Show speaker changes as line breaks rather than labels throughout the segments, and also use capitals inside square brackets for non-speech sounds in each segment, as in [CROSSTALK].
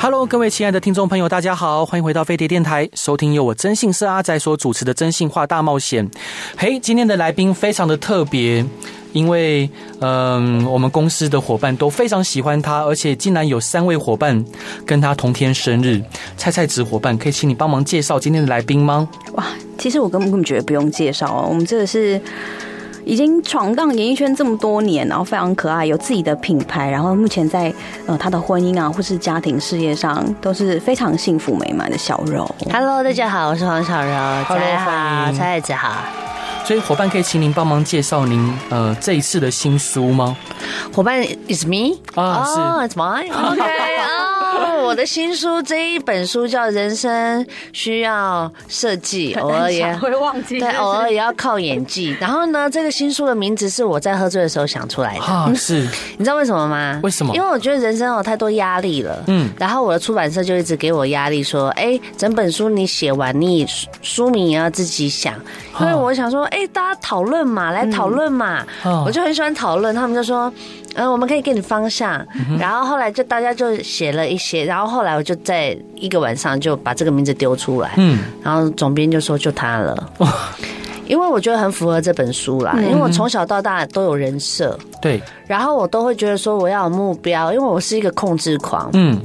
Hello，各位亲爱的听众朋友，大家好，欢迎回到飞碟电台，收听由我真性社阿仔所主持的《真性话大冒险》。嘿，今天的来宾非常的特别，因为嗯、我们公司的伙伴都非常喜欢他，而且竟然有三位伙伴跟他同天生日。菜菜子伙伴，可以请你帮忙介绍今天的来宾吗？
哇，其实我根本根本觉得不用介绍哦，我们这个是已经闯荡演艺圈这么多年，然后非常可爱，有自己的品牌，然后目前在呃她的婚姻啊或是家庭事业上都是非常幸福美满的小柔。
Hello，大家好，我是黄小柔，
Hello，
大家
欢
好，
迎
蔡爱子好。
所以伙伴可以请您帮忙介绍您呃这一次的新书吗？
伙伴，It's me，
啊是
哦，It's mine。OK，哦，我的新书这一本书叫《人生需要设计》， [LAUGHS] 偶尔也
会忘记
对，偶尔也要靠演技。然后呢，这个新书的名字是我在喝醉的时候想出来的。
啊，是
你知道为什么吗？
为什么
因为我觉得人生有太多压力了。
嗯
嗯，然后我的出版社就一直给我压力，说：“哎、整本书你写完，你书书名也要自己想。”因为我想说：“哎、大家讨论嘛，来讨论嘛。
哦
我就很喜欢讨论，他们就说：“嗯，我们可以给你方向。
嗯
然后后来就大家就写了一些，然后后来我就在一个晚上就把这个名字丢出来。
嗯哦
然后总编就说就他了，因为我觉得很符合这本书啦，
嗯
因为我从小到大都有人设，
对
然后我都会觉得说我要有目标，因为我是一个控制狂。
嗯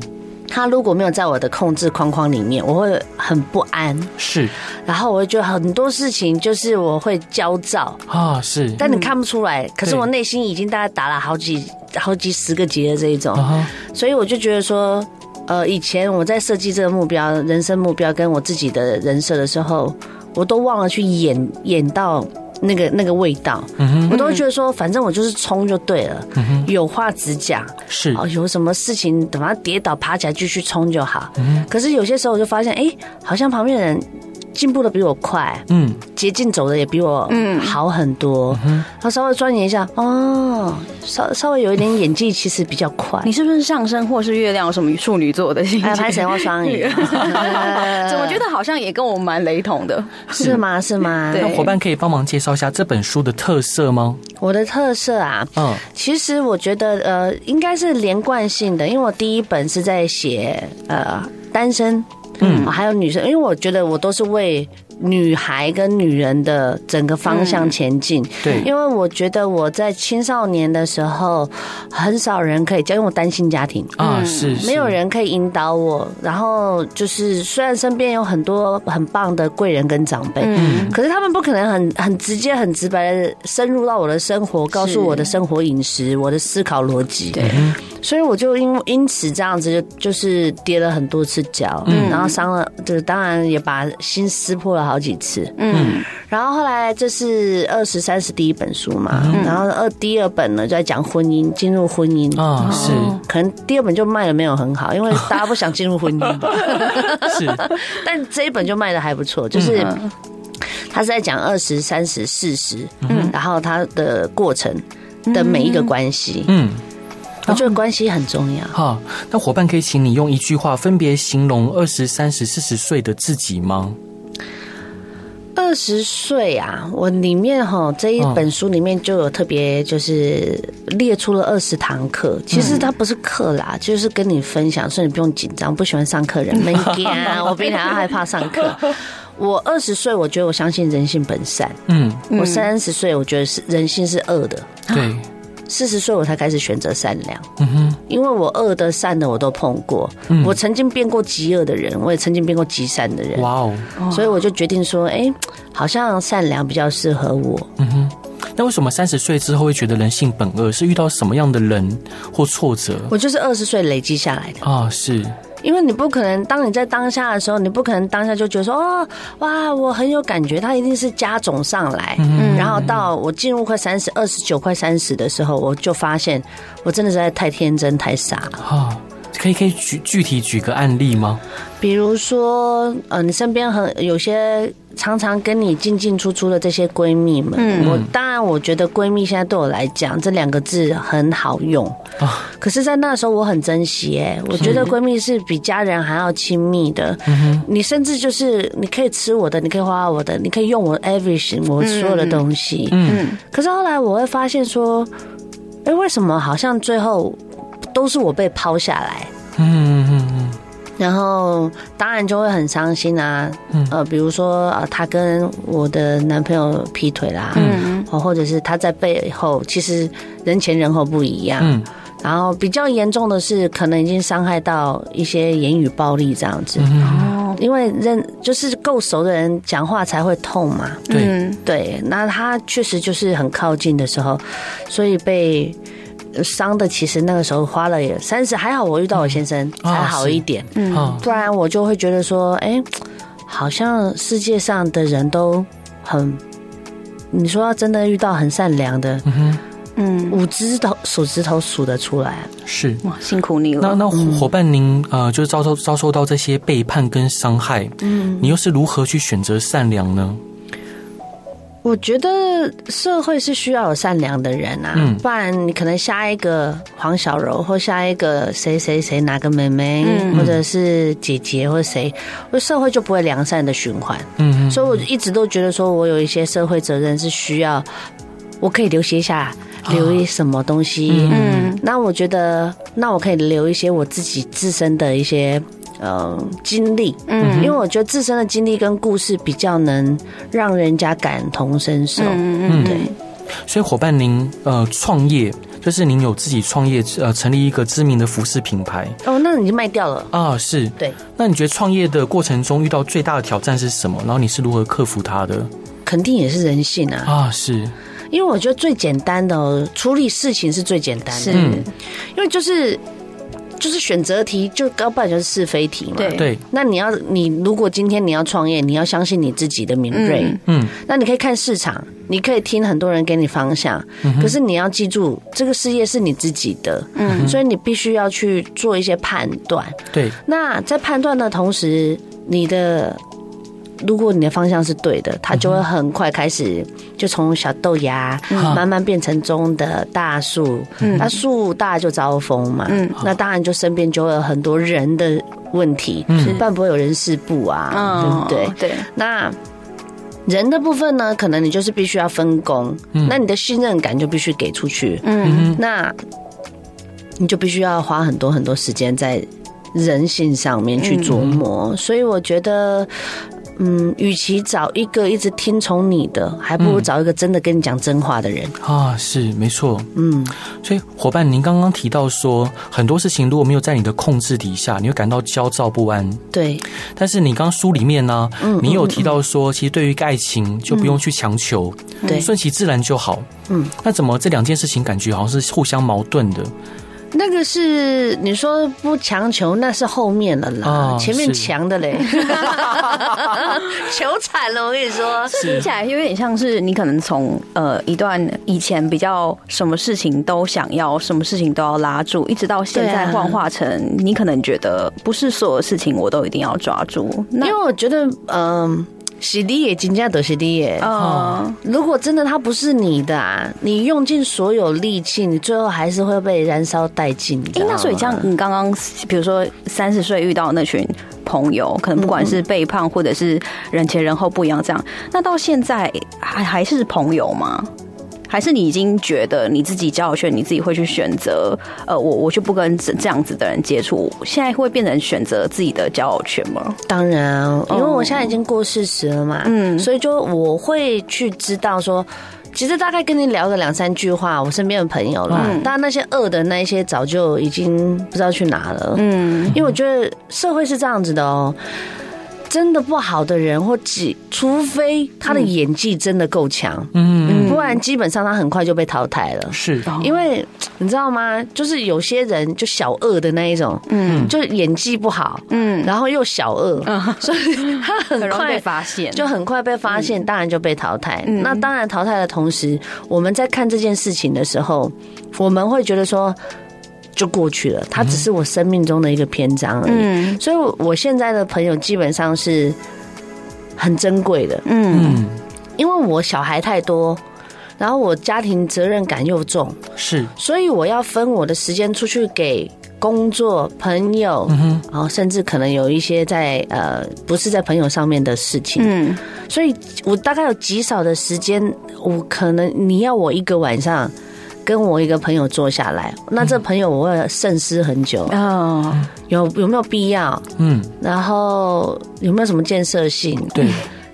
他如果没有在我的控制框框里面，我会很不安，
是
然后我会觉得很多事情就是我会焦躁，
啊是
但你看不出来。可是我内心已经大概打了好几好几十个结的这一种
啊，哈
嗯所以我就觉得说，呃，以前我在设计这个目标、人生目标跟我自己的人设的时候，我都忘了去演演到。那个那个味道，嗯我都会觉得说，反正我就是冲就对了，有话直讲，
是
哦，有什么事情等他跌倒爬起来继续冲就好。可是有些时候我就发现，哎、好像旁边的人进步的比我快，
嗯
捷径走的也比我
嗯
好很多。他稍微钻研一下，哦，稍稍微有一点演技，其实比较快。
你是不是上升或是月亮有什么处女座的星
哎，
座？？
拍谁或双 [LAUGHS] 鱼
[LAUGHS] 怎么觉得好像也跟我们蛮雷同的？
是吗？是吗？
对
伙伴可以帮忙介绍一下这本书的特色吗？
我的特色啊，
嗯
其实我觉得呃，应该是连贯性的，因为我第一本是在写呃单身，嗯，还有女生，因为我觉得我都是为女孩跟女人的整个方向前进。
对
因为我觉得我在青少年的时候，很少人可以教，因为我单亲家庭。
啊是是
嗯没有人可以引导我，然后就是虽然身边有很多很棒的贵人跟长辈，
嗯
可是他们不可能很很直接、很直白的深入到我的生活，告诉我的生活饮食、我的思考逻辑。对，所以我就因因此这样子就就是跌了很多次跤，然后伤了，就是当然也把心撕破了好几次。
嗯，
然后后来这是二十三十第一本书嘛，然后二第二本呢就在讲婚姻，进入婚姻。
啊是
可能第二本就卖的没有很好，因为大家不想进入婚姻吧。
是
[LAUGHS] 但这一本就卖的还不错，就是
嗯
他是在讲二十三十四十，然后他的过程的每一个关系，
嗯。
我觉得关系很重要。
哈，那伙伴可以请你用一句话分别形容二十三、十、四十岁的自己吗？
二十岁啊，我里面哈这一本书里面就有特别就是列出了二十堂课，其实它不是课啦，就是跟你分享，所以你不用紧张。不喜欢上 [LAUGHS] 课人们惊，我比你还要害怕上课。我二十岁，我觉得我相信人性本善；
嗯，
我三十岁，我觉得是人性是恶的。
对，
四十岁我才开始选择善良，
嗯哼，嗯
因为我恶的、善的我都碰过，我曾经变过极恶的人，我也曾经变过极善的人，
哇哦，
所以我就决定说，哎、好像善良比较适合我。
嗯那为什么三十岁之后会觉得人性本恶？是遇到什么样的人或挫折
我就是二十岁累积下来的，
啊？是
因为你不可能，当你在当下的时候，你不可能当下就觉得说，哦，哇，我很有感觉，它一定是加总上来，
嗯
嗯然后到我进入快三十、二十九、快三十的时候，我就发现我真的实在太天真、太傻了。
啊，可以可以举具体举个案例吗？
比如说，呃，你身边很有些常常跟你进进出出的这些闺蜜们，
嗯
我当然我觉得闺蜜现在对我来讲这两个字很好用，
啊，
可是，在那时候我很珍惜哎、我觉得闺蜜是比家人还要亲密的。
嗯
你甚至就是你可以吃我的，你可以花我的，你可以用我 everything 我所有的东西。
嗯，
可是后来我会发现说，哎、为什么好像最后都是我被抛下来？
嗯嗯嗯
然后当然就会很伤心啊，
嗯
呃，比如说啊，她跟我的男朋友劈腿啦，嗯，或者是她在背后，其实人前人后不一样，
嗯
然后比较严重的是，可能已经伤害到一些言语暴力这样子，
嗯
哦，
因为认就是够熟的人讲话才会痛嘛，
对
嗯
对，那他确实就是很靠近的时候，所以被呃伤的，其实那个时候花了也三十，还好我遇到我先生、
啊
才好一点，
嗯啊，
不然我就会觉得说，哎、好像世界上的人都很，你说要真的遇到很善良的，
嗯哼，
嗯，
五只头手指头数得出来。啊
是。
哇，辛苦你
那
了。
那伙伙伴您呃，就是遭受遭受到这些背叛跟伤害，嗯，你又是如何去选择善良呢？
我觉得社会是需要有善良的人啊，
嗯
不然你可能下一个黄小柔或下一个谁谁谁哪个妹妹，
嗯
或者是姐姐或谁，我社会就不会良善的循环。
嗯嗯
所以我一直都觉得说我有一些社会责任是需要，我可以留些下
哦
留一什么东西。
嗯
那我觉得，那我可以留一些我自己自身的一些呃经历，
嗯
因为我觉得自身的经历跟故事比较能让人家感同身受。
嗯嗯，
对，
所以伙伴您呃创业，就是您有自己创业呃成立一个知名的服饰品牌
哦，那你就卖掉了。
啊，是。
对，
那你觉得创业的过程中遇到最大的挑战是什么？然后你是如何克服它的？
肯定也是人性
哦
啊，
啊，是，
因为我觉得最简单的哦处理事情是最简单
是
的，因为就是就是选择题，就高不然就是是非题嘛。
对
对，
那你要，你如果今天你要创业，你要相信你自己的敏锐。
嗯
嗯
那你可以看市场，你可以听很多人给你方向，可是你要记住，这个事业是你自己的，嗯，所以你必须要去做一些判断。
对，
那在判断的同时，你的如果你的方向是对的，它就会很快开始就从小豆芽、慢慢变成中的大树，那树大就招风嘛，那当然就身边就会有很多人的问题，
嗯
不然不会有人事部啊，
嗯，
对不对？
对，
那人的部分呢，可能你就是必须要分工，那你的信任感就必须给出去，
嗯
那你就必须要花很多很多时间在人性上面去琢磨。所以我觉得，嗯，与其找一个一直听从你的，还不如找一个真的跟你讲真话的人。
啊，是没错。
嗯，
所以伙伴，您刚刚提到说，很多事情如果没有在你的控制底下，你会感到焦躁不安。
对，
但是你刚书里面呢、你有提到说，其实对于一个爱情就不用去强求，
对
顺其自然就好。
嗯，
那怎么这两件事情感觉好像是互相矛盾的？
那个是你说不强求，那是后面了啦，
哦
前面
是
强的嘞， [LAUGHS] 求惨了，我跟你说。
听起来有点像是你可能从呃一段以前比较什么事情都想要，什么事情都要拉住，一直到现在
对啊
幻化成你可能觉得不是所有事情我都一定要抓住，
因
那
为我觉得，嗯、洗地也金价都洗地也，
呃
如果真的它不是你的、啊，你用尽所有力气，你最后还是会被燃烧殆尽。你知
哎、
道吗
那所以这样，你刚刚比如说三十岁遇到那群朋友，可能不管是
嗯
背叛或者是人前人后不一样，这样，那到现在还还是朋友吗？还是你已经觉得你自己交友圈，你自己会去选择，呃，我我就不跟这这样子的人接触。现在会变成选择自己的交友圈吗？
当然，因为我现在已经过四十了嘛，
嗯
所以就我会去知道说。其实大概跟你聊个两三句话，我身边的朋友啦，
嗯
但那些恶的那一些早就已经不知道去哪了。
嗯
因为我觉得社会是这样子的哦，真的不好的人或几，除非他的演技真的够强，
嗯，
不然基本上他很快就被淘汰
嗯
了。
是
因为你知道吗？就是有些人就小恶的那一种，嗯，就演技不好，
嗯，
然后又小恶，所以他 [LAUGHS] 很
很容易
快
被发现，
就很快被发现，当然就被淘汰。那当然淘汰的同时，我们在看这件事情的时候，我们会觉得说。就过去了，它只是我生命中的一个篇章而已。
嗯
所以我，我现在的朋友基本上是很珍贵的，
嗯
嗯，
因为我小孩太多，然后我家庭责任感又重，
是，
所以我要分我的时间出去给工作、朋友，
哼
然后甚至可能有一些在呃不是在朋友上面的事情，
嗯
所以我大概有极少的时间，我可能你要我一个晚上。跟我一个朋友坐下来，那这朋友我会慎思很久，
哦，
有有没有必要？
嗯，
然后有没有什么建设性？
嗯
对，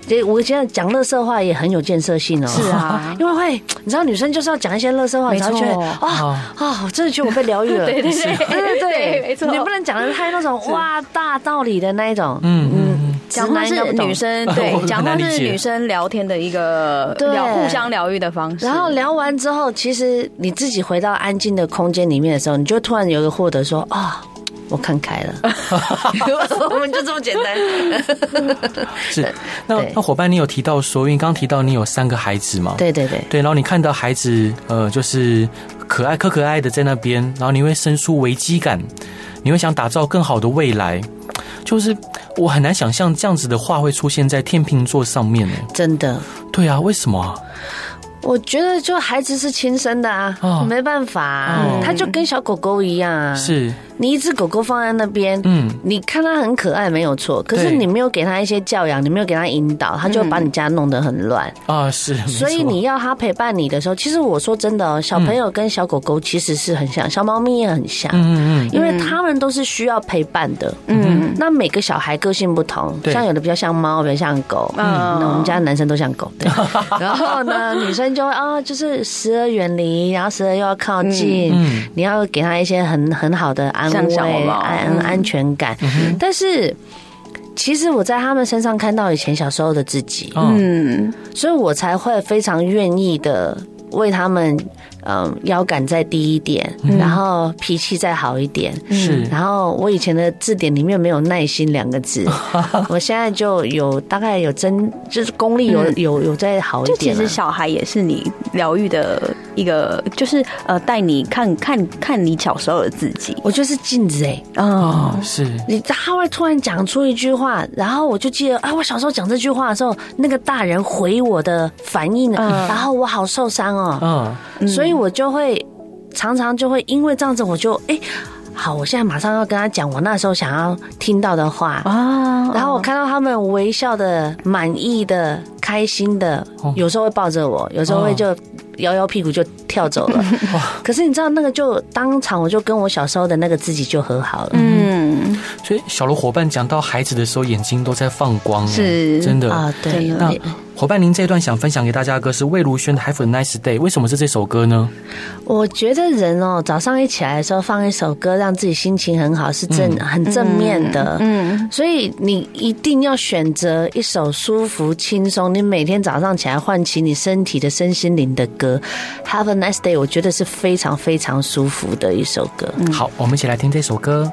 对，我现在讲乐色话也很有建设性哦。
是啊
[LAUGHS] 因为会，你知道女生就是要讲一些乐色话，
没
你才会觉得
错哦
啊
啊，
啊，我真的觉得我被疗愈
[LAUGHS]
了。
对对对
是对对
对没错
你不能讲的太那种哇大道理的那一种。
嗯嗯
直
讲话
男应该
是
不懂
女。
[LAUGHS]
生
我
对，
很
讲话
难理
是
解
女生聊天的一个
对
疗互相疗愈的方式。
然
[LAUGHS]
后聊完之后，其实你自己回到安静的空间里面的时候，你就突然有一个获得说啊。我看开了， [LAUGHS] 我们就这么简单。
是。那
对
那伙伴，你有提到说，因为刚刚提到你有三个孩子嘛，
[LAUGHS] 对对对，
对，然后你看到孩子，呃，就是可爱、可可爱的在那边，然后你会生出危机感，你会想打造更好的未来。就是我很难想象这样子的话会出现在天秤座上面呢。
真的，
对啊，为什么啊？
我觉得就孩子是亲生的啊，
哦
没办法、啊，
哦
他就跟小狗狗一样啊。，
是，
你一只狗狗放在那边，
嗯，
你看它很可爱没有错，可是
对
你没有给它一些教养，你没有给它引导，它就会把你家弄得很乱。
啊，是，没
所以
错
你要它陪伴你的时候，其实我说真的哦，小朋友跟小狗狗其实是很像，小猫咪也很像。
嗯嗯
因为他们都是需要陪伴的，
嗯
那每个小孩个性不同，
对
像有的比较像猫，比较像狗，
嗯
那我们家男生都像狗，
[LAUGHS]
对。然后呢，女生就会啊、就是时而远离，然后时而又要靠近，
嗯嗯
你要给他一些很很好的安
像
慰、
小
安
猫嗯
安全感。但是其实我在他们身上看到以前小时候的自己，
嗯，嗯，
嗯
所以我才会非常愿意的为他们，嗯，腰杆再低一点，
嗯
然后脾气再好一点，
是，
嗯然后我以前的字典里面没有“耐心”两
[LAUGHS]
个字，我现在就有大概有增，就是功力有、
嗯
有有再好一
就其
点了啊
实。小孩也是你疗愈的一个，就是呃，带你看看看你小时候的自己。
我就是镜子哎、
哦，
啊，是，
你他会突然讲出一句话，然后我就记得啊，我小时候讲这句话的时候，那个大人回我的反应，
嗯
然后我好受伤哦，
嗯，
所以我就会常常就会因为这样子，我就哎、好，我现在马上要跟他讲我那时候想要听到的话，
啊，
然后我看到他们微笑的、满意的、开心的
哦，
有时候会抱着我，有时候
哦
会就摇摇屁股就跳走了。可是你知道，那个就当场我就跟我小时候的那个自己就和好了。
嗯，
所以小罗伙伴讲到孩子的时候，眼睛都在放光，欸
是
真的。
啊，对
真，
那
的
伙伴，您这一段想分享给大家的歌是魏如萱的《Have a Nice Day》，为什么是这首歌呢？
我觉得人哦，早上一起来的时候放一首歌，让自己心情很好，是正
嗯
很正面的。
嗯
所以你一定要选择一首舒服、轻松，你每天早上起来唤起你身体的身心灵的歌，《Have a Nice Day》，我觉得是非常非常舒服的一首歌。
好，我们一起来听这首歌。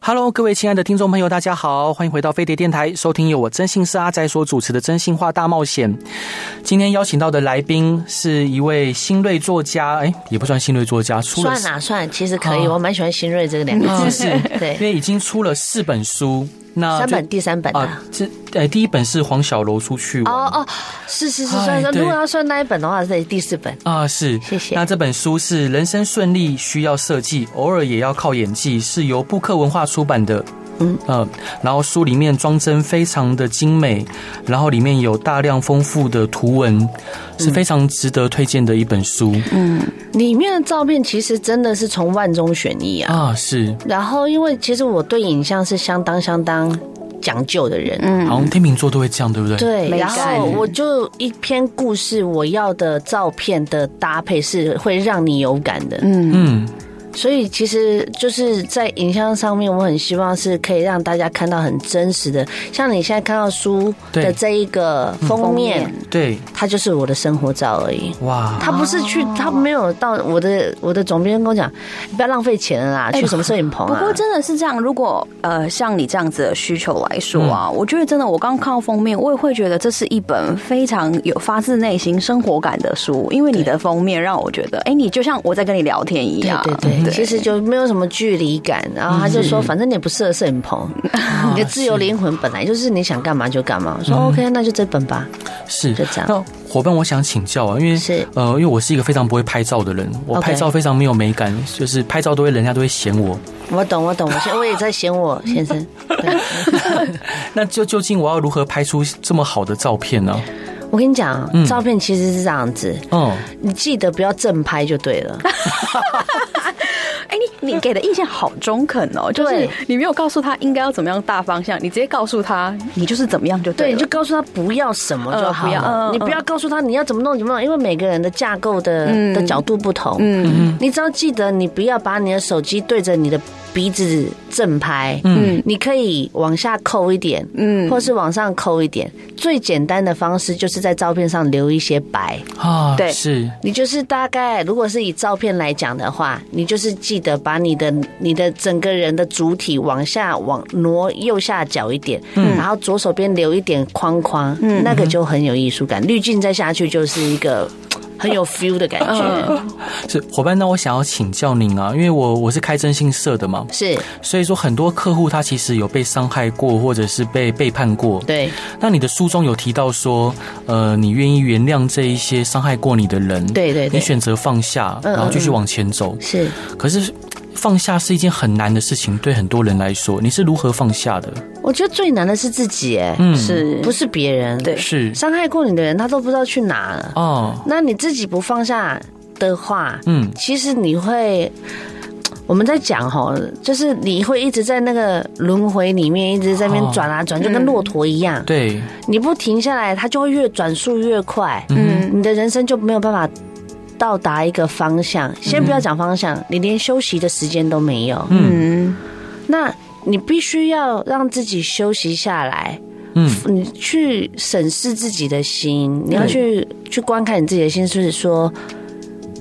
Hello，各位亲爱的听众朋友，大家好，欢迎回到飞碟电台，收听由我真心是阿仔所主持的《真心话大冒险》。今天邀请到的来宾是一位新锐作家，哎，也不算新锐作家，出了
算啦、算，其实可以，
哦
我蛮喜欢新锐这个两个
啊
字， [LAUGHS]
是因
对，
为已经出了四本书，那
三
就
本第三本
啊
啊。，
这呃第一本是黄小柔出去玩
哦哦，是是是，
哎
算算，
对
如果要算那一本的话，是第四本。
啊，是，
谢谢
那这本书是《人生顺利需要设计，偶尔也要靠演技》，是由布克文化出版的。嗯呃，然后书里面装帧非常的精美，然后里面有大量丰富的图
嗯
文，是非常值得推荐的一本书、
里面的照片其实真的是从万中选一啊。
啊，是，
然后，因为其实我对影像是相当相当讲究的人，
好像天秤座都会这样，对不对？，
嗯对，
美
然
感
后我就一篇故事，我要的照片的搭配是会让你有感的，
嗯
嗯，
所以其实就是在影像上面，我很希望是可以让大家看到很真实的，像你现在看到书
对
的这一个封面，
封面
对，
它就是我的生活照而已。
哇，
他不是去，他没有到我的我的总编跟我讲，你不要浪费钱了啦，去什么摄影棚
哎不
啊？
过真的是这样，如果呃像你这样子的需求来说啊，我觉得真的，我刚看到封面，我也会觉得这是一本非常有发自内心生活感的书，因为你的封面让我觉得，哎、你就像我在跟你聊天一样，
对对对
对
其实就没有什么距离感。然后他就
嗯
说，反正你也不适合摄影棚， [LAUGHS] 你的自
啊
由灵魂本来啊就是嗯你想干嘛就干嘛。我说 OK，那就这本吧。
是
就这样
那伙伴，我想请教啊，因为
是
呃，因为我是一个非常不会拍照的人，我
OK
拍照非常没有美感，就是拍照都会人家都会嫌我。
我懂，我懂，我现我也在嫌我先生。对
那就究竟我要如何拍出这么好的照片呢？
我跟你讲，照片其实是这样子，
嗯，
你记得不要正拍就对了。
哎、你你给的意见好中肯哦，就是
对
你没有告诉他应该要怎么样大方向，你直接告诉他你就是怎么样就
[LAUGHS]
对
对，你
了。
就告诉他不要什么就
呃不
好
要
了
嗯。
你不要告诉他你要怎么弄怎么弄，因为每个人的架构的的角度不同。嗯，你只要记得你不要把你的手机对着你的鼻子正拍。嗯，你可以往下抠一点，嗯，或是往上抠一点。最简单的方式就是在照片上留一些白。
啊，
对
是
你就是大概，如果是以照片来讲的话，你就是记得把你的你的整个人的主体往下往挪右下角一点，然后左手边留一点框框，那个就很有艺术感。滤镜再下去就是一个很有 feel 的感觉，
是，伙伴，那我想要请教您啊，因为我我是开征信社的嘛，
是
所以说很多客户他其实有被伤害过，或者是被背叛过。
对
那你的书中有提到说，呃，你愿意原谅这一些伤害过你的人，
对对嗯
你
对，
选择放下，然后继续往前走。
是。
可是放下是一件很难的事情，对很多人来说，你是如何放下的？
我觉得最难的是自己，哎，
嗯
是
不是别人？
对
是
伤害过你的人，他都不知道去哪了。
哦，
那你自己不放下的话，
嗯，
其实你会，我们在讲哈，就是你会一直在那个轮回里面，一直在那边转啊转，就跟骆驼一样，
对，
你不停下来，它就会越转速越快，
嗯
你的人生就没有办法。到达一个方向，先不要讲方向，你连休息的时间都没有。
嗯
那你必须要让自己休息下来，
嗯
你去审视自己的心，你要去去观看你自己的心，就是说，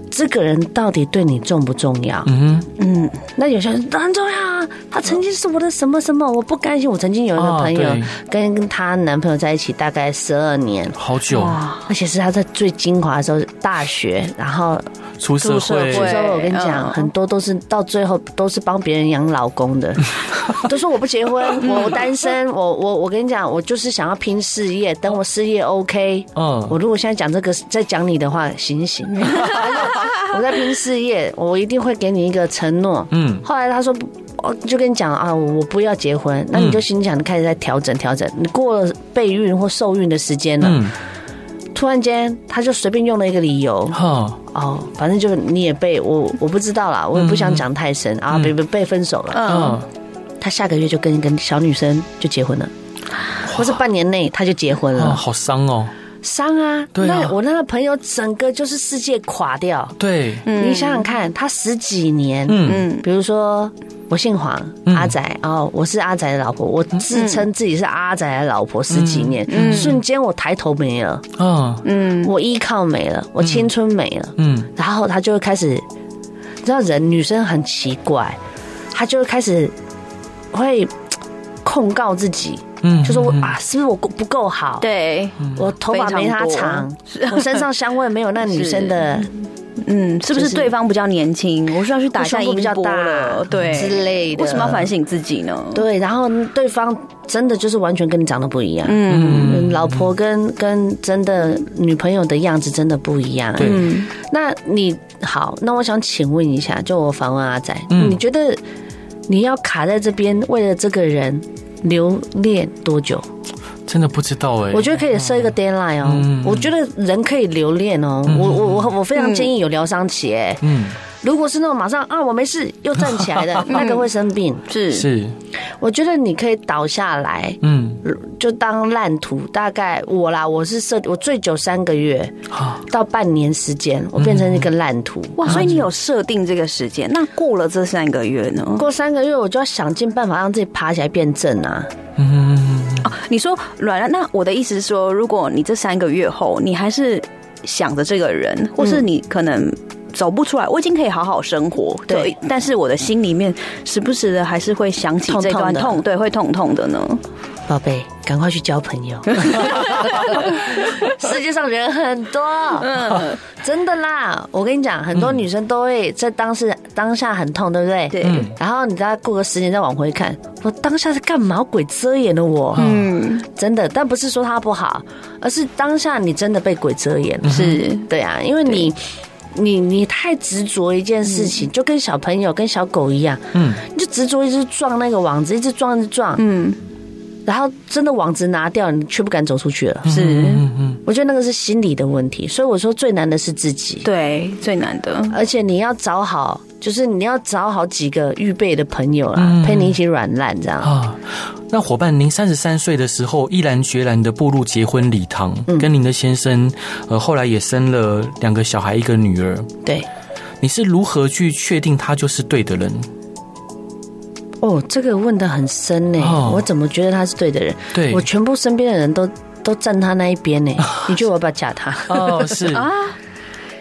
这个人到底对你重不重要？
嗯
嗯，
那有些人很重要啊，他曾经是我的什么什么，我不甘心。我曾经有一个
哦
朋友
对
跟她男朋友在一起大概十二年，
哼，好久
哇，
而且是他在最精华的时候，大学，然后
出社
出社
会，
有时
会
候我跟你讲，
嗯
很多都是到最后都是帮别人养老公的， [LAUGHS] 都说我不结婚，我我单身，我我我跟你讲，我就是想要拼事业，等我事业 OK。我
嗯，
如果现在讲这个，在讲你的话，醒醒！ [LAUGHS] 我在拼事业，我一定会给你一个承诺。
嗯，
后来他说，我就跟你讲啊，我不要结婚，那
嗯
你就心想，你开始在调整调整。你过了备孕或受孕的时间了，
嗯，
突然间他就随便用了一个理由，
哈，
哦，反正就你也被我，我不知道啦，我也不想讲太深、啊，被被被分手了。
嗯，
他下个月就跟一个小女生就结婚了，或是半年内他就结婚
啊，
了，
好伤哦，
伤啊！
对啊
那我那个朋友整个就是世界垮掉。
对，
你想想看，他十几年，
嗯，
嗯
比如说我姓黄，阿仔哦，我是阿仔的老婆，我自称自己是阿仔的老婆十
嗯
几年，瞬间我抬头没了，
啊，
嗯
我依靠没了，我青春没了。
嗯，
然后她就会开始，你知道人女生很奇怪，她就会开始会嘖控告自己，
嗯，
就说我啊，是不是我不够好？，
对，
我头发没她长，我身上香味没有那女生的，
嗯，是不
就是是
对方比较年轻？我是要去打一下
我胸部
音
比较
波
大
了，对
之类的
为什么要反省自己呢？
对，然后对方真的就是完全跟你长得不一样。
嗯
嗯，老婆跟跟真的女朋友的样子真的不一样。
对，
嗯
那你好，那我想请问一下，就我反问阿仔，
嗯
你觉得你要卡在这边，为了这个人留恋多久？
真的不知道哎，
我觉得可以设一个 deadline 哦，
嗯
我觉得人可以留恋哦，我我我我非常建议有疗伤期哎、
嗯，
如果是那种马上啊我没事又站起来
[LAUGHS]
的，那个会生病。
是
是，
我觉得你可以倒下来。
嗯，
就当烂土，大概我啦，我是设我最久三个月
好，
到半年时间，我变成一个烂土。
哇，所以你有设定这个时间，那过了这三个月呢？
过三个月，我就要想尽办法让自己爬起来变正啊！
嗯，
哦，你说软了，那我的意思是说，如果你这三个月后你还是想着这个人，或是你可能。走不出来，我已经可以好好生活，
对
就，但是我的心里面时不时的还是会想起
痛
这段
痛的
痛，对，会痛痛的呢。
宝贝，赶快去交朋友。 [LAUGHS] 世界上人很多，真的啦。我跟你讲，很多女生都会在当时当下很痛，对不对？
对。
嗯
然后你大概过个十年再往回看，我当下是干嘛？鬼遮眼了我，
嗯，
真的。但不是说他不好，而是当下你真的被鬼遮眼了。
嗯是
对嗯啊，因为你。你你太执着一件事情，就跟小朋友跟小狗一样，
嗯，
你就执着一直撞那个网子，一直撞一直撞，
嗯
然后真的网子拿掉，你却不敢走出去了。
是，
嗯嗯，
我觉得那个是心理的问题，所以我说最难的是自己。
对，最难的，
而且你要找好，就是你要找好几个预备的朋友啦，
嗯
陪你一起软烂这样。
啊，那伙伴，您三十三岁的时候，毅然决然的步入结婚礼堂，
嗯
跟您的先生，呃，后来也生了两个小孩，一个女儿。
对，
你是如何去确定他就是对的人？
哦，这个问的很深呢、
哦
我怎么觉得他是对的人？
对
我，全部身边的人都都站他那一边
[LAUGHS]
呢、你觉得我要不要嫁他？
哦，是
啊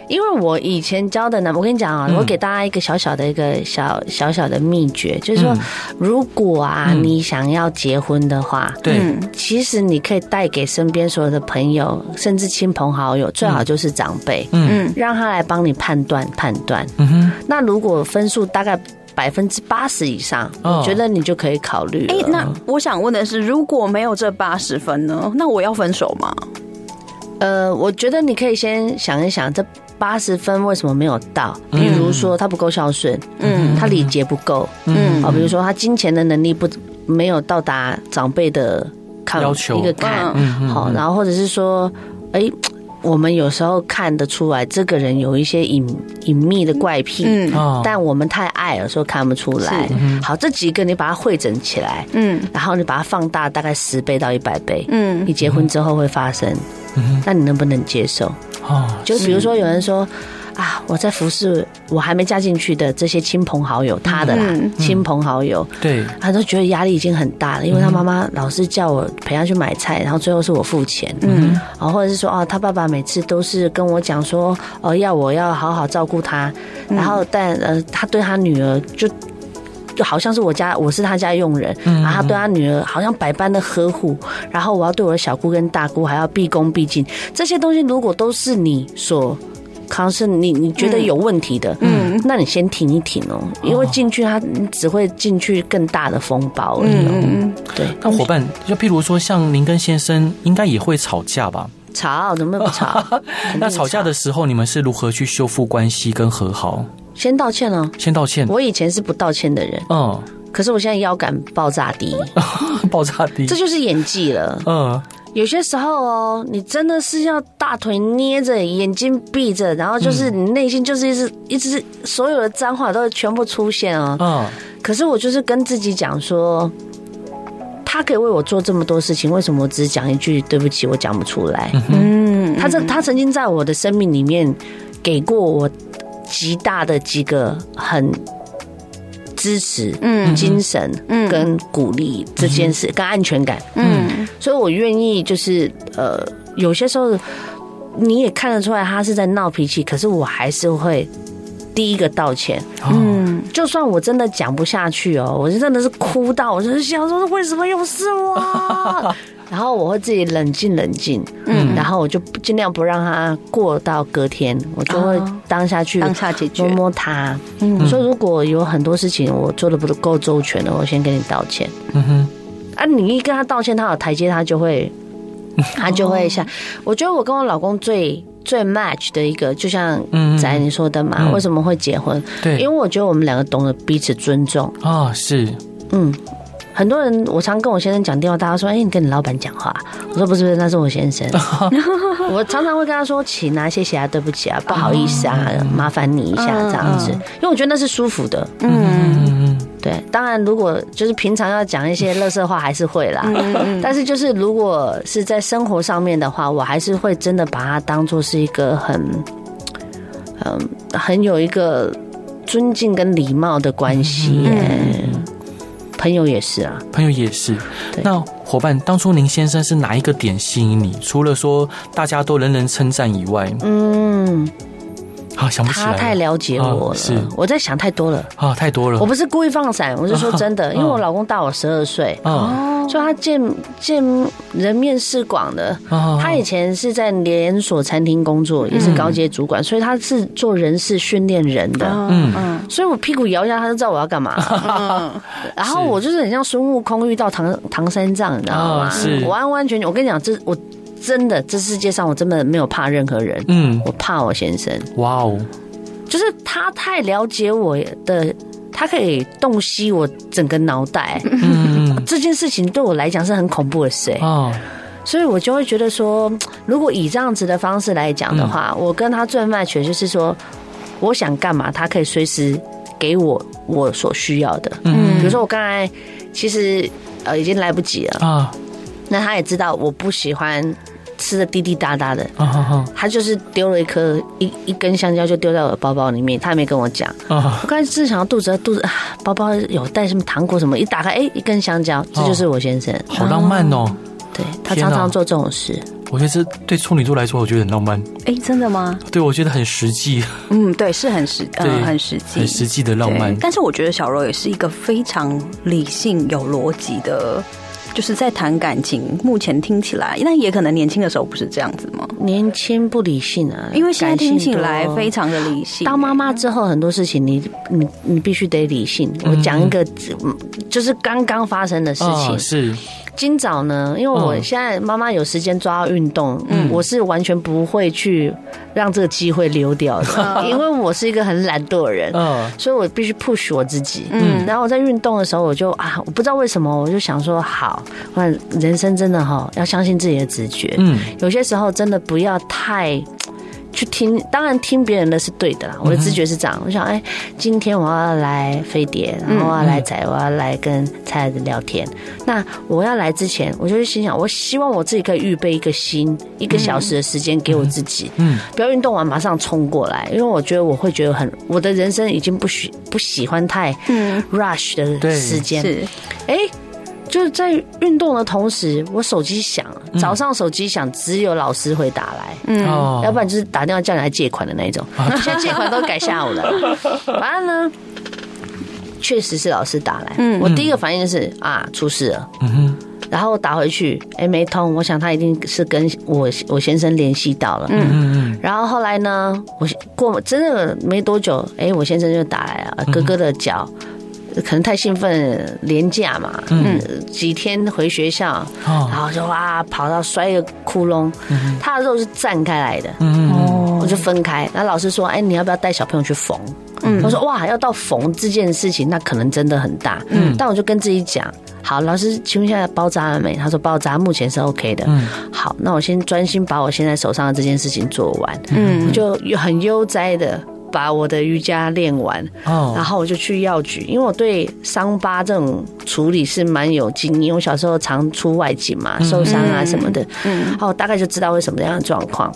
因为我以前交的男，我跟你讲啊，
嗯
我给大家一个小小的一个小小小的秘诀，就是说
嗯，
如果啊
嗯
你想要结婚的话，
对，
嗯
其实你可以带给身边所有的朋友，甚至亲朋好友，最好就是长辈，
嗯
嗯
让他来帮你判断判断。
嗯哼，
那如果分数大概百分之八十以上，
哦
我觉得你就可以考虑了。
哎、那我想问的是，如果没有这八十分呢？那我要分手吗？
呃，我觉得你可以先想一想，这八十分为什么没有到？
嗯
比如说他不够孝顺，
嗯
他礼节不够，
嗯
啊，比如说他金钱的能力不没有到达长辈的抗
要求
一个坎，
嗯
嗯
好，然后或者是说，哎、我们有时候看得出来这个人有一些隐隐秘的怪癖。
嗯
哦嗯
但我们太爱了，所以看不出来
是。
好，这几个你把它汇整起来，
嗯
然后你把它放大大概十倍到一百倍，
嗯
你结婚之后会发生，
嗯
那你能不能接受？
哦，
就比如说有人说啊，我在服侍我还没嫁进去的这些亲朋好友，他的啦
嗯，
亲朋好友，
对，
他都觉得压力已经很大了，因为他妈妈老是叫我陪他去买菜，然后最后是我付钱，
嗯
哦，或者是说哦，他爸爸每次都是跟我讲说，哦，要我要好好照顾他，然后但呃，他对他女儿就。就好像是我家，我是他家佣人，然后他对他女儿好像百般的呵护，然后我要对我的小姑跟大姑还要毕恭毕敬，这些东西如果都是你所康是你你觉得有问题的，
嗯
那你先停一停哦，因为进去他你只会进去更大的风暴而已、哦，
嗯
对，
那伙伴，就譬如说，像您跟先生应该也会吵架吧？
吵能不能不吵？肯定
那吵架的时候，你们是如何去修复关系跟和好？
[LAUGHS] 先道歉哦。
先道歉，
我以前是不道歉的人，
嗯，
可是我现在腰杆爆炸低，
爆炸低
这，就是演技了。
嗯，
有些时候哦，你真的是要大腿捏着，眼睛闭着，然后就是你内心就是一直一直所有的脏话都全部出现哦。
嗯，
可是我就是跟自己讲说，他可以为我做这么多事情，为什么我只讲一句对不起，我讲不出来？
嗯
他这他曾经在我的生命里面给过我极大的几个很支持，
嗯
精神，
嗯
跟鼓励这件事，跟安全感，
嗯
所以我愿意就是呃，有些时候你也看得出来他是在闹脾气，可是我还是会第一个道歉，
哦，
嗯
就算我真的讲不下去哦，我就真的是哭到，我就是想说为什么又是我？然后我会自己冷静冷静，嗯，然后我就尽量不让他过到隔天，我就会
哦
当下去
当下解决
摸摸他。嗯，我说如果有很多事情我做的不够周全的，我先跟你道歉。
嗯哼，
啊，你一跟他道歉，他有台阶，他就会，他就会下。我觉得我跟我老公最最 match 的一个，就像
嗯
仔你说的嘛，
嗯
为什么会结婚？
对，
因为我觉得我们两个懂得彼此尊重。
啊，是，
嗯，很多人我常跟我先生讲电话，大家说：“哎、你跟你老板讲话。”我说：“不是不是，那是我先生。”我常常会跟他说：“请啊，谢谢啊，对不起啊，不好意思啊，麻烦你一下这样子。”因为我觉得那是舒服的。
嗯
嗯嗯，
对，当然如果就是平常要讲一些乐色话，还是会啦。
嗯
但是就是如果是在生活上面的话，我还是会真的把它当做是一个很，嗯，很有一个尊敬跟礼貌的关系、
嗯
耶朋友也是啊，
朋友也是。
对
那伙伴，当初您先生是哪一个点吸引你？除了说大家都人人称赞以外，
嗯，
啊，想不起来
他
了，
太了解我
啊是
了，我在想太多了。
啊，太多了 [LAUGHS]
我，不是故意放闪，我是说真的，因为我老公大我十二岁，
啊，
就他见见人面识广的。
哦嗯
他以前是在连锁餐厅工作，也是高阶主管，所以他是做人事训练人的。
嗯嗯
所以我屁股摇一下，他就知道我要干嘛。
[LAUGHS]
嗯，
然后我就是很像孙悟空遇到唐唐三藏，你知道
哦
吗？
是
完完全全，我跟你讲，这我真的这世界上我真的没有怕任何人，
嗯，
我怕我先生，
哇哦，
就是他太了解我的，他可以洞悉我整个脑
[LAUGHS]
袋。
嗯嗯
这件事情对我来讲是很恐怖的事、欸，
哦，
所以我就会觉得说，如果以这样子的方式来讲的
嗯
话，我跟他赚饭权就是说，我想干嘛，他可以随时给我我所需要的。
嗯
比如说我刚才其实呃已经来不及了，
啊
那他也知道我不喜欢吃的滴滴答答的，
啊啊
他就是丢了一颗一一根香蕉就丢在我的包包里面，他也没跟我讲。
啊啊！
我刚才正想到肚子饿肚子啊，包包有带什么糖果什么，一打开哎一根香蕉，这就是我先生，
好浪漫哦！
对他
天
常
哪
常做这种事。
我觉得这对处女座来说，我觉得很浪漫。
哎，真的吗？
对，我觉得很实际，
嗯，对，是很实，
对
嗯，很实际，
很实际的浪漫
对。但是我觉得小柔也是一个非常理性、有逻辑的，就是在谈感情。目前听起来，那也可能年轻的时候不是这样子吗？
年轻不理性啊，
因为现在听起来
感性多
非常的理性。
当妈妈之后，很多事情你你你必须得理性。我讲一个，嗯哦就是刚刚发生的事情
啊，。是
今早呢，因为我
嗯
现在妈妈有时间抓到运动，嗯我是完全不会去让这个机会溜掉的， [LAUGHS] 因为我是一个很懒惰的人。
嗯
所以我必须 push 我自己，
嗯
嗯，然后我在运动的时候，我就啊，我不知道为什么，我就想说，好，我人生真的哈，要相信自己的直觉，
嗯
有些时候真的不要太去听，当然听别人的是对的啦。
嗯
我的直觉是这样，我想，哎，今天我要来飞碟，然后我要来载，我要来跟蔡孩子聊天。那我要来之前，我就心想，我希望我自己可以预备一个心，一个小时的时间给我自己，
嗯
不要运动完马上冲过来，因为我觉得我会觉得很，我的人生已经不喜不喜欢太
嗯，
rush 的
对
时间，
是
哎，就是在运动的同时，我手机响了，早上手机响，只有老师会打来。
嗯
哦
要不然就是打电话叫你来借款的那一种，现在借款都改下午了。反正呢，确实是老师打来，
嗯
我第一个反应就是啊，出事了。
嗯哼
然后打回去，哎，没通。我想他一定是跟我我先生联系到了。嗯。
嗯
然后后来呢，我过真的没多久，哎，我先生就打来了，哥哥的脚。可能太兴奋，廉价嘛，嗯，几天回学校，
嗯哦
然后就哇跑到摔一个窟窿，他的肉是绽开来的，
嗯嗯
哦
我就分开。那老师说，哎，你要不要带小朋友去缝？我说哇，要到缝这件事情，那可能真的很大。嗯，但我就跟自己讲，好，老师，请问一下包扎了没？他说包扎目前是 OK 的。
嗯
好，那我先专心把我现在手上的这件事情做完。
嗯
我就很悠哉的把我的瑜伽练完，然
哦
后我就去药局，因为我对伤疤这种处理是蛮有经验。我小时候常出外景嘛，受伤啊什么的，
嗯
然后我大概就知道会什么样的状况。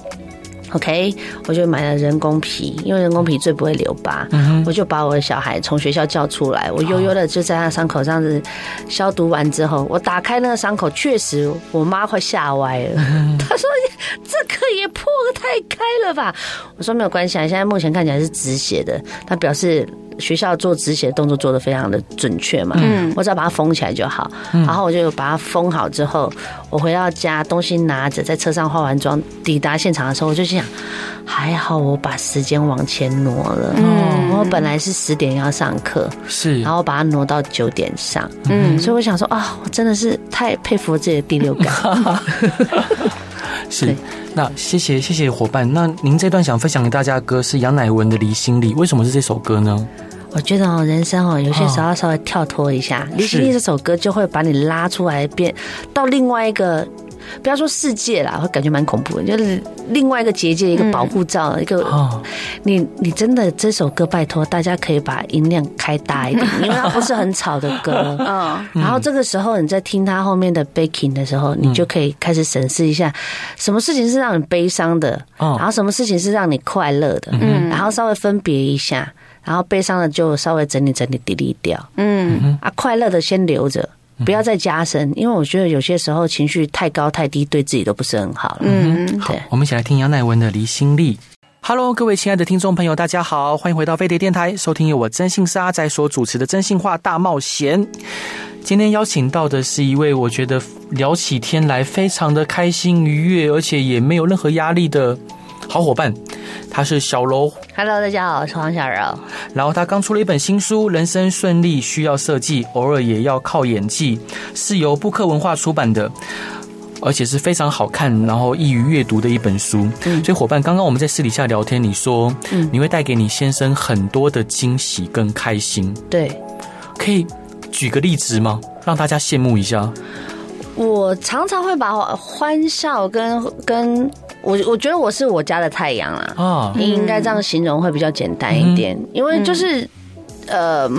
OK，我就买了人工皮，因为人工皮最不会留疤。我就把我的小孩从学校叫出来，我悠悠的就在他伤口这样子消毒完之后，我打开那个伤口，确实我妈快吓歪了。她说：“这个也破得太开了吧？”我说：“没有关系啊，现在目前看起来是止血的。”她表示学校做止血的动作做得非常的准确嘛。
嗯
我只要把它封起来就好。然后我就把它封好之后，我回到家，东西拿着，在车上化完妆，抵达现场的时候，我就心想，还好我把时间往前挪了。哦
嗯
我本来是十点要上课，
是
然后把它挪到九点上。
嗯
所以我想说啊，我真的是太佩服自己的第六感。
是
对。
那谢谢谢谢伙伴。那您这段想分享给大家的歌是杨乃文的《离心力》，为什么是这首歌呢？
我觉得哦，人生哦，有些时候要稍微跳脱一下，《离心力》这首歌就会把你拉出来，变到另外一个。不要说世界啦，会感觉蛮恐怖的，就是另外一个结界，一个保护罩，一个
哦，
你你真的这首歌，拜托大家可以把音量开大一点，因为它不是很吵的歌。
嗯
然后这个时候你在听它后面的 baking 的时候，你就可以开始审视一下，什么事情是让你悲伤的，
哦
然后什么事情是让你快乐的，然后稍微分别一下，然后悲伤的就稍微整理整理 delete 掉，
嗯
啊，快乐的先留着。不要再加深，因为我觉得有些时候情绪太高太低，对自己都不是很好了。
嗯，
对。
我们一起来听杨乃文的《离心力》。Hello，各位亲爱的听众朋友，大家好，欢迎回到飞碟电台，收听由我真心是阿仔所主持的《真心话大冒险》。今天邀请到的是一位我觉得聊起天来非常的开心愉悦，而且也没有任何压力的好伙伴，他是小柔。
Hello，大家好，我是黄小柔。
然后他刚出了一本新书《人生顺利需要设计，偶尔也要靠演技》，是由布克文化出版的。而且是非常好看，然后易于阅读的一本书。所以伙伴，刚刚我们在私底下聊天，你说、你会带给你先生很多的惊喜跟开心，
对
可以举个例子吗？让大家羡慕一下。
我常常会把欢笑跟跟我，我觉得我是我家的太阳啦。
啊，
应该这样形容会比较简单一点，因为就是，呃，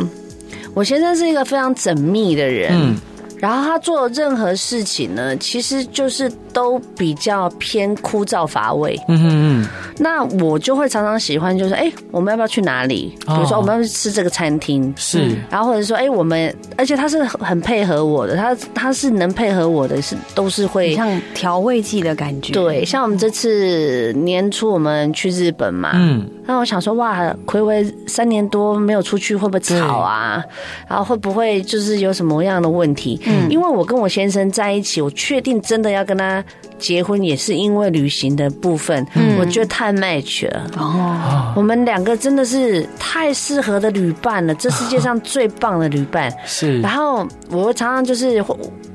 我先生是一个非常缜密的人，
嗯
然后他做的任何事情呢，其实就是都比较偏枯燥乏味。
嗯嗯嗯，
那我就会常常喜欢，就是哎、我们要不要去哪里？比如
哦
说我们要不要去吃这个餐厅，
是
然后或者说哎、我们，而且他是很配合我的，他他是能配合我的，是都是
很
会。
像调味剂的感觉。
对，像我们这次年初我们去日本嘛，
嗯，
那我想说，哇，暌违三年多没有出去，会不会吵啊？然后会不会就是有什么样的问题？嗯，因为我跟我先生在一起，我确定真的要跟他结婚，也是因为旅行的部分，我觉得太 match 了。
哦，
我们两个真的是太适合的旅伴了，这世界上最棒的旅伴。
是
然，后我常常就是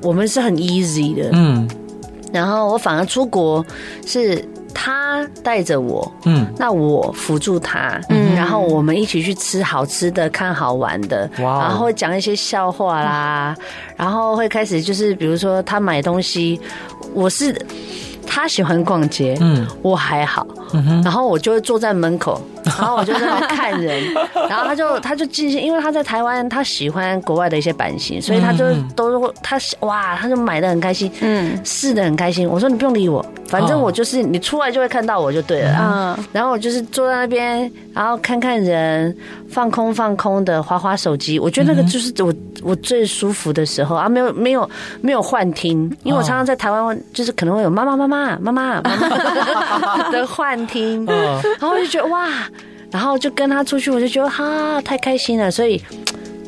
我们是很 easy 的，
嗯
然后我反而出国是他带着我，
嗯，
那我辅助他，
嗯
然后我们一起去吃好吃的，看好玩的，
哇哦
然后会讲一些笑话啦，然后会开始就是比如说他买东西，我是他喜欢逛街，
嗯，
我还好，然后我就会坐在门口，然后我就在那边看人，
[LAUGHS]
然后他就他就进行，因为他在台湾，他喜欢国外的一些版型，所以他就
嗯
都会他哇，他就买的很开心，
嗯
试的很开心。我说你不用理我，反正
哦
我就是你出来就会看到我就对了啊。
嗯，
然后我就是坐在那边，然后看看人，放空放空的，划划手机。我觉得那个就是我、我最舒服的时候啊，没有没有没有幻听，因为我常常在台湾就是可能会有妈妈妈妈妈妈妈妈的 [LAUGHS] 幻听，
嗯
然后我就觉得哇，然后就跟他出去，我就觉得哈、太开心了，所以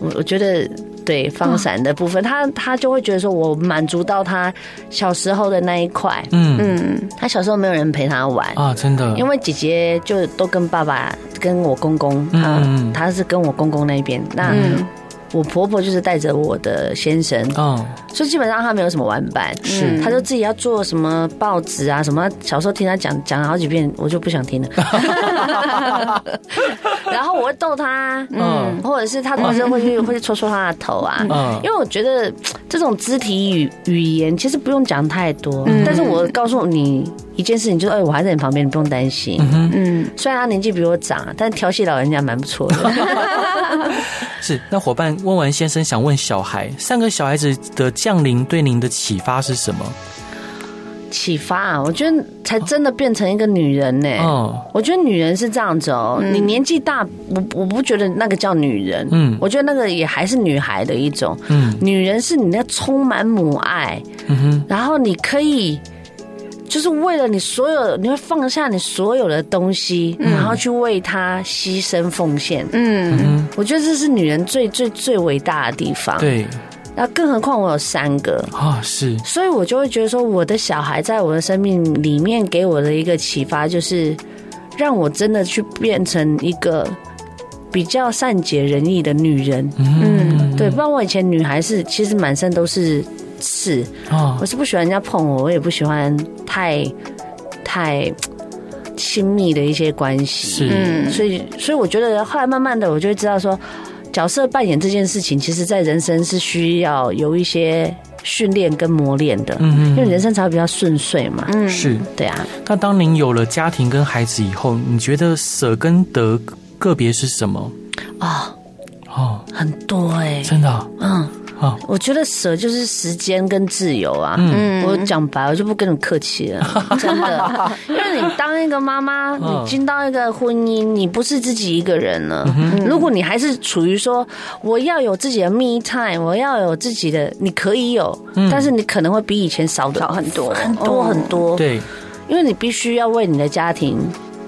我我觉得。对放闪的部分，他他就会觉得说，我满足到他小时候的那一块。
嗯
他小时候没有人陪他玩，
啊，真的，
因为姐姐就都跟爸爸、跟我公公，
嗯
啊，
嗯
她是跟我公公那边。那
嗯
我婆婆就是带着我的先生，
嗯
所以基本上她没有什么玩伴，嗯
是
她就自己要做什么报纸啊什么。小时候听她讲讲了好几遍，我就不想听了。
[LAUGHS]
[LAUGHS] 然后我会逗她，
嗯
或者是她有时候会去会去戳戳她的头啊，
嗯
因为我觉得这种肢体语语言其实不用讲太多，
嗯
但是我告诉你一件事情，就是哎，我还在你旁边，你不用担心。
嗯，
虽然他年纪比我长，但调戏老人家蛮不错
[LAUGHS]
的。
是。那伙伴问完先生，想问小孩，三个小孩子的降临对您的启发是什么？
启发、啊，我觉得才真的变成一个女人呢、
嗯
我觉得女人是这样子哦、你年纪大，我我不觉得那个叫女人，
嗯
我觉得那个也还是女孩的一种。
嗯
女人是你那充满母爱，
嗯哼，
然后你可以就是为了你所有，你会放下你所有的东西，
嗯
然后去为他牺牲奉献。
嗯
我觉得这是女人最最最伟大的地方。，
对
那更何况我有三个，
啊，是
所以我就会觉得说，我的小孩在我的生命里面给我的一个启发，就是让我真的去变成一个比较善解人意的女人。
嗯
对，不然我以前女孩是其实满身都是刺，
啊
我，是不喜欢人家碰我，我也不喜欢太太亲密的一些关系。
是
嗯
所以所以我觉得后来慢慢的，我就会知道说，角色扮演这件事情，其实在人生是需要有一些训练跟磨练的，
嗯
因为人生才会比较顺遂嘛。
嗯，
是。
对啊，
那当您有了家庭跟孩子以后，你觉得舍跟得个别是什么？
啊、
哦，
很多哎、
真的啊、
嗯，
哦
我觉得舍就是时间跟自由啊。
嗯
我讲白，我就不跟你客气了，真的，因为你当一个妈妈，
嗯
你进到一个婚姻，你不是自己一个人了。嗯如果你还是处于说我要有自己的 me time，我要有自己的，你可以有，但是你可能会比以前少的
少很多
很多很多，
对，
因为你必须要为你的家庭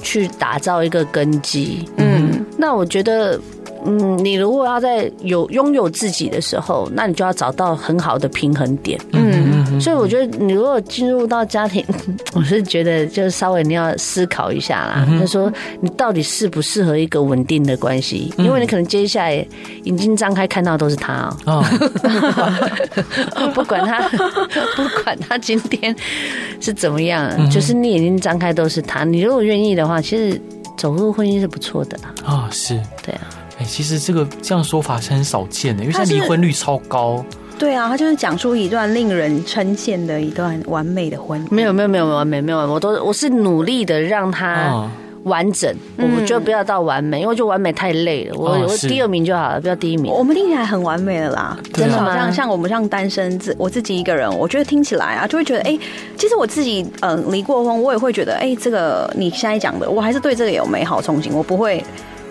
去打造一个根基。
嗯
那我觉得嗯，你如果要在有拥有自己的时候，那你就要找到很好的平衡点。
嗯
所以我觉得，你如果进入到家庭， [LAUGHS] 我是觉得就是稍微你要思考一下
嗯
啦，就说你到底适不适合一个稳定的关系，
嗯
因为你可能接下来眼睛张开看到都是他哦、
啊，
[LAUGHS]
不管他， [LAUGHS] 不管他今天是怎么样，
嗯
就是你眼睛张开都是他。你如果愿意的话，其实走入婚姻是不错的啦。
啊，是，
对啊，
哎、其实这个这样说法是很少见的，因为现
它
在
是
离婚率超高，
对啊，他就是讲出一段令人称羡的一段完美的婚姻。
没有没有没有完美，没有完美，我都我是努力的让他
啊，
完整，我觉得不要到完美，因为我觉得完美太累了。我
哦
我
是哦
第二名就好了，不要第一名。
我们听起来很完美了啦，
对啊
至少
真的吗
像像我们像单身自我自己一个人，我觉得听起来啊，就会觉得哎、其实我自己嗯离过婚，我也会觉得哎、这个你现在讲的，我还是对这个有美好憧憬，我不会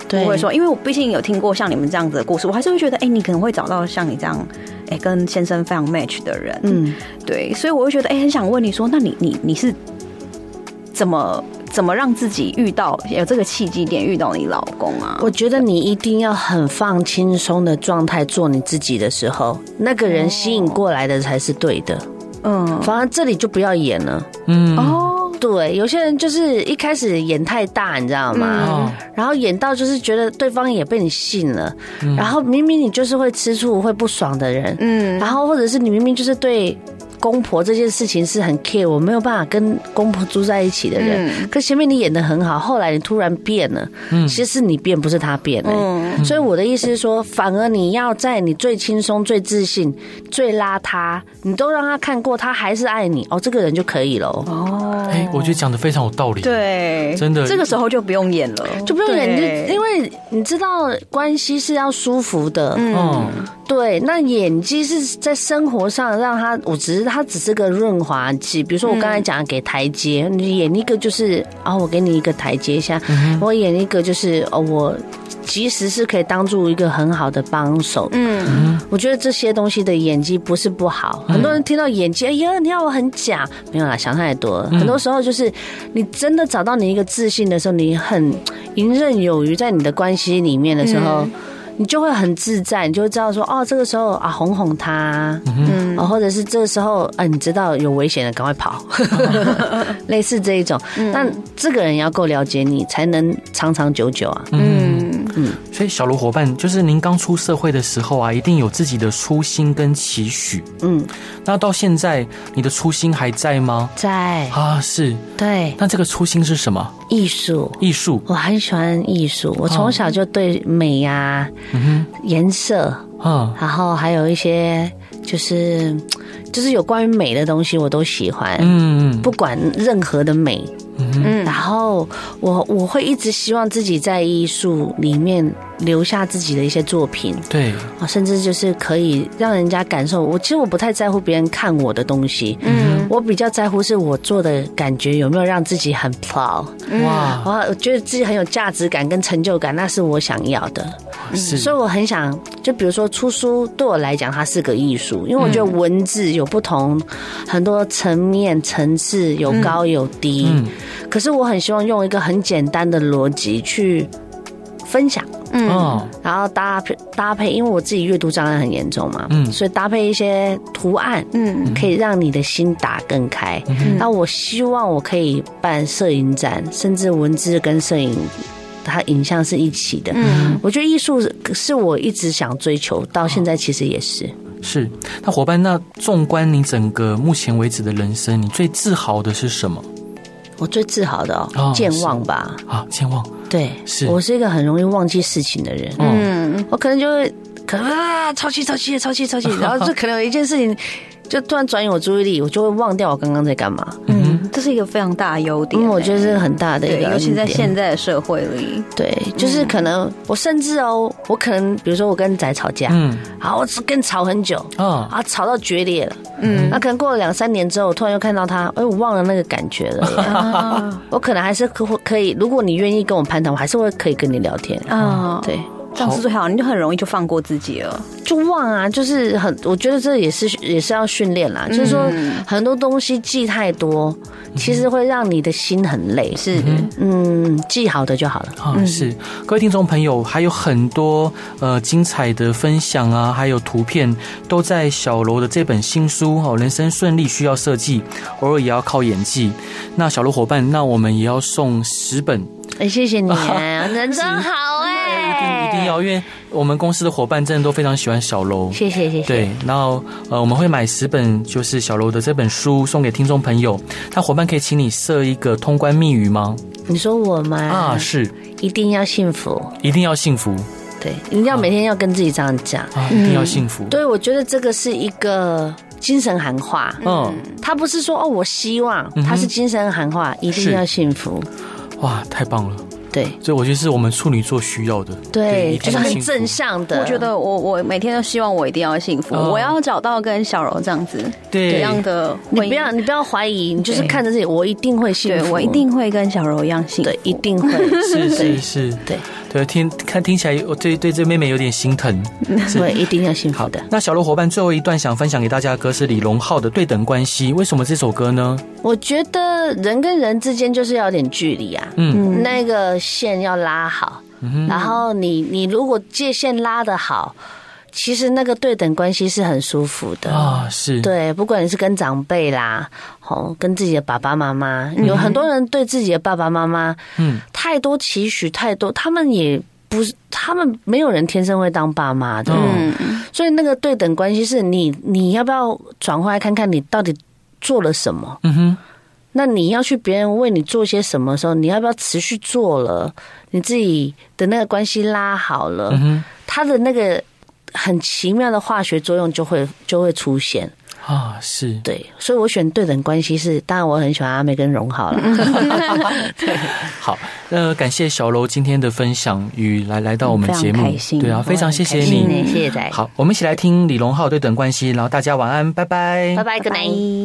不会说，因为我毕竟有听过像你们这样子的故事，我还是会觉得哎、你可能会找到像你这样哎、跟先生非常 match 的人，
嗯，
对，所以我会觉得，哎、很想问你说，那你你你是怎么怎么让自己遇到有这个契机点遇到你老公啊？
我觉得你一定要很放轻松的状态做你自己的时候，那个人吸引过来的才是对的。
嗯，
反而这里就不要演了。
嗯，
哦，
对，有些人就是一开始演太大，你知道吗？
哦，
然后演到就是觉得对方也被你吸引了，
嗯
然后明明你就是会吃醋、会不爽的人，
嗯，
然后或者是你明明就是对公婆这件事情是很 care，我没有办法跟公婆住在一起的人，
嗯
可前面你演的很好，后来你突然变了，其实是你变，不是他变了、
嗯
所以我的意思是说，反而你要在你最轻松、最自信、最邋遢，你都让他看过，他还是爱你哦，这个人就可以了。
哦，
哎、我觉得讲的非常有道理，，
对，
真的
这个时候就不用演了，
就不用演，
对
就因为你知道关系是要舒服的，
嗯
哦，
对。那演技是在生活上让他，我只是他只是个润滑剂。比如说我刚才讲的给台阶，你演一个就是啊、我给你一个台阶下；我演一个就是哦，我其实是可以当做一个很好的帮手。
嗯，
我觉得这些东西的演技不是不好，很多人听到演技，哎呀，你要我很假，没有啦，想太多了。很多时候就是你真的找到你一个自信的时候，你很游刃有余，在你的关系里面的时候。你就会很自在，你就会知道说，哦，这个时候啊，哄哄他，嗯，或者是这个时候，啊，你知道有危险了，赶快跑， [LAUGHS] 类似这一种。那这个人要够了解你，才能长长久久
嗯
啊。
所以小卢伙伴，就是您刚出社会的时候啊，一定有自己的初心跟期许，
嗯，
那到现在你的初心还在吗？
在
啊，是，
对
那这个初心是什么？
艺术，
艺术
我很喜欢艺术，我从小就对美呀、颜色，
啊，
然后还有一些就是就是有关于美的东西，我都喜欢。
嗯，嗯
不管任何的美，嗯，然后我我会一直希望自己在艺术里面留下自己的一些作品，
对，
啊，甚至就是可以让人家感受。我其实我不太在乎别人看我的东西，嗯，我比较在乎是我做的感觉有没有让自己很 proud，
哇，
我我觉得自己很有价值感跟成就感，那是我想要的。
是，
所以我很想，就比如说出书，对我来讲它是个艺术，因为我觉得文字有不同、很多层面层次，有高有低。
嗯
可是我很希望用一个很简单的逻辑去分享。
嗯，
然后搭配搭配，因为我自己阅读障碍很严重嘛，
嗯
所以搭配一些图案，
嗯，
可以让你的心打更开。那我希望我可以办摄影展，甚至文字跟摄影，它影像是一起的。
嗯，
我觉得艺术是我一直想追求，到现在其实也是。
是。那伙伴，那纵观你整个目前为止的人生，你最自豪的是什么
我最自豪的
哦
哦，健忘吧，
啊？健忘，
对，
是
我是一个很容易忘记事情的人，
嗯，
我可能就会可能啊，超气超气超
[LAUGHS]
气超气，然后就可能有一件事情就突然转移我注意力，我就会忘掉我刚刚在干嘛。
嗯，这是一个非常大的优点
因
欸，
为嗯我觉得这是很大的一
对，
个
尤其在
恩典
现在的社会里，
对，就是可能我甚至哦，我可能比如说我跟仔吵架，
嗯
好，我只跟吵很久。
啊，
啊，吵到决裂了，嗯， [LAUGHS] 那可能过了两三年之后，我突然又看到他，哎，我忘了那个感觉了耶
[LAUGHS] 啊
我可能还是可可以，如果你愿意跟我攀谈，我还是会可以跟你聊天。
啊，
嗯对，
这样是最好，你就很容易就放过自己了。
就忘啊，就是很，我觉得这也是也是要训练啦。就是说，很多东西记太多，其实会让你的心很累。
是，
嗯，记好的就好了。
啊，是各位听众朋友，还有很多呃精彩的分享啊，还有图片都在小楼的这本新书《哦，人生顺利需要设计，偶尔也要靠演技》。那小楼伙伴，那我们也要送十本，
哎，谢谢你，人真好哎，
一定要，因为我们公司的伙伴真的都非常喜欢小楼。
谢谢谢谢。
对，然后呃，我们会买十本，就是小楼的这本书送给听众朋友。那伙伴可以请你设一个通关密语吗？
你说我吗？
啊，是，
一定要幸福，
一定要幸福
对，一定要每天要跟自己这样讲。
啊，一定要幸福。
嗯对，我觉得这个是一个精神喊话。
嗯，
他不是说哦，我希望，他是精神喊话，一定要幸福。
哇，太棒了。
对
所以我觉得是我们处女座需要的，
对，
一定
就是
要
很
幸福
正向的。
我觉得我我每天都希望我一定要幸福，
哦
我要找到跟小柔这样子
对
一样的
你
婚
不要
姻。
你不要怀疑，你就是
对
看着自己，我一定会幸
对
福，
我一定会跟小柔一样幸福
对，。一定会
是是是，
对
对，听看听起来，我对对这妹妹有点心疼。
对，一定要幸福的。
那小鹿伙伴最后一段想分享给大家的歌是李荣浩的《对等关系》，为什么这首歌呢？
我觉得人跟人之间就是要有点距离啊，
嗯
嗯
那个线要拉好，然后你你如果界限拉得好，其实那个对等关系是很舒服的。
啊，是，
对，不管你是跟长辈啦，哦，跟自己的爸爸妈妈，有很多人对自己的爸爸妈妈
嗯
太多期许，太多，他们也不是，他们没有人天生会当爸妈的，
嗯
嗯，
所以那个对等关系是你，你要不要转回来看看你到底做了什么？
嗯哼，
那你要去别人为你做些什么的时候，你要不要持续做了？你自己的那个关系拉好了，
嗯
它的那个很奇妙的化学作用就会就会出现。
哼，啊，是。
对，所以我选对等关系是，当然我很喜欢阿妹跟荣浩
嗯
了。对，
好，呃，感谢小楼今天的分享与来来到我们节
非常
目
开，心
对啊，非常谢谢
开心
你。
耶谢谢仔，
好，我们一起来听李荣浩《对等关系》，然后大家晚安，拜拜，
拜拜，Good night。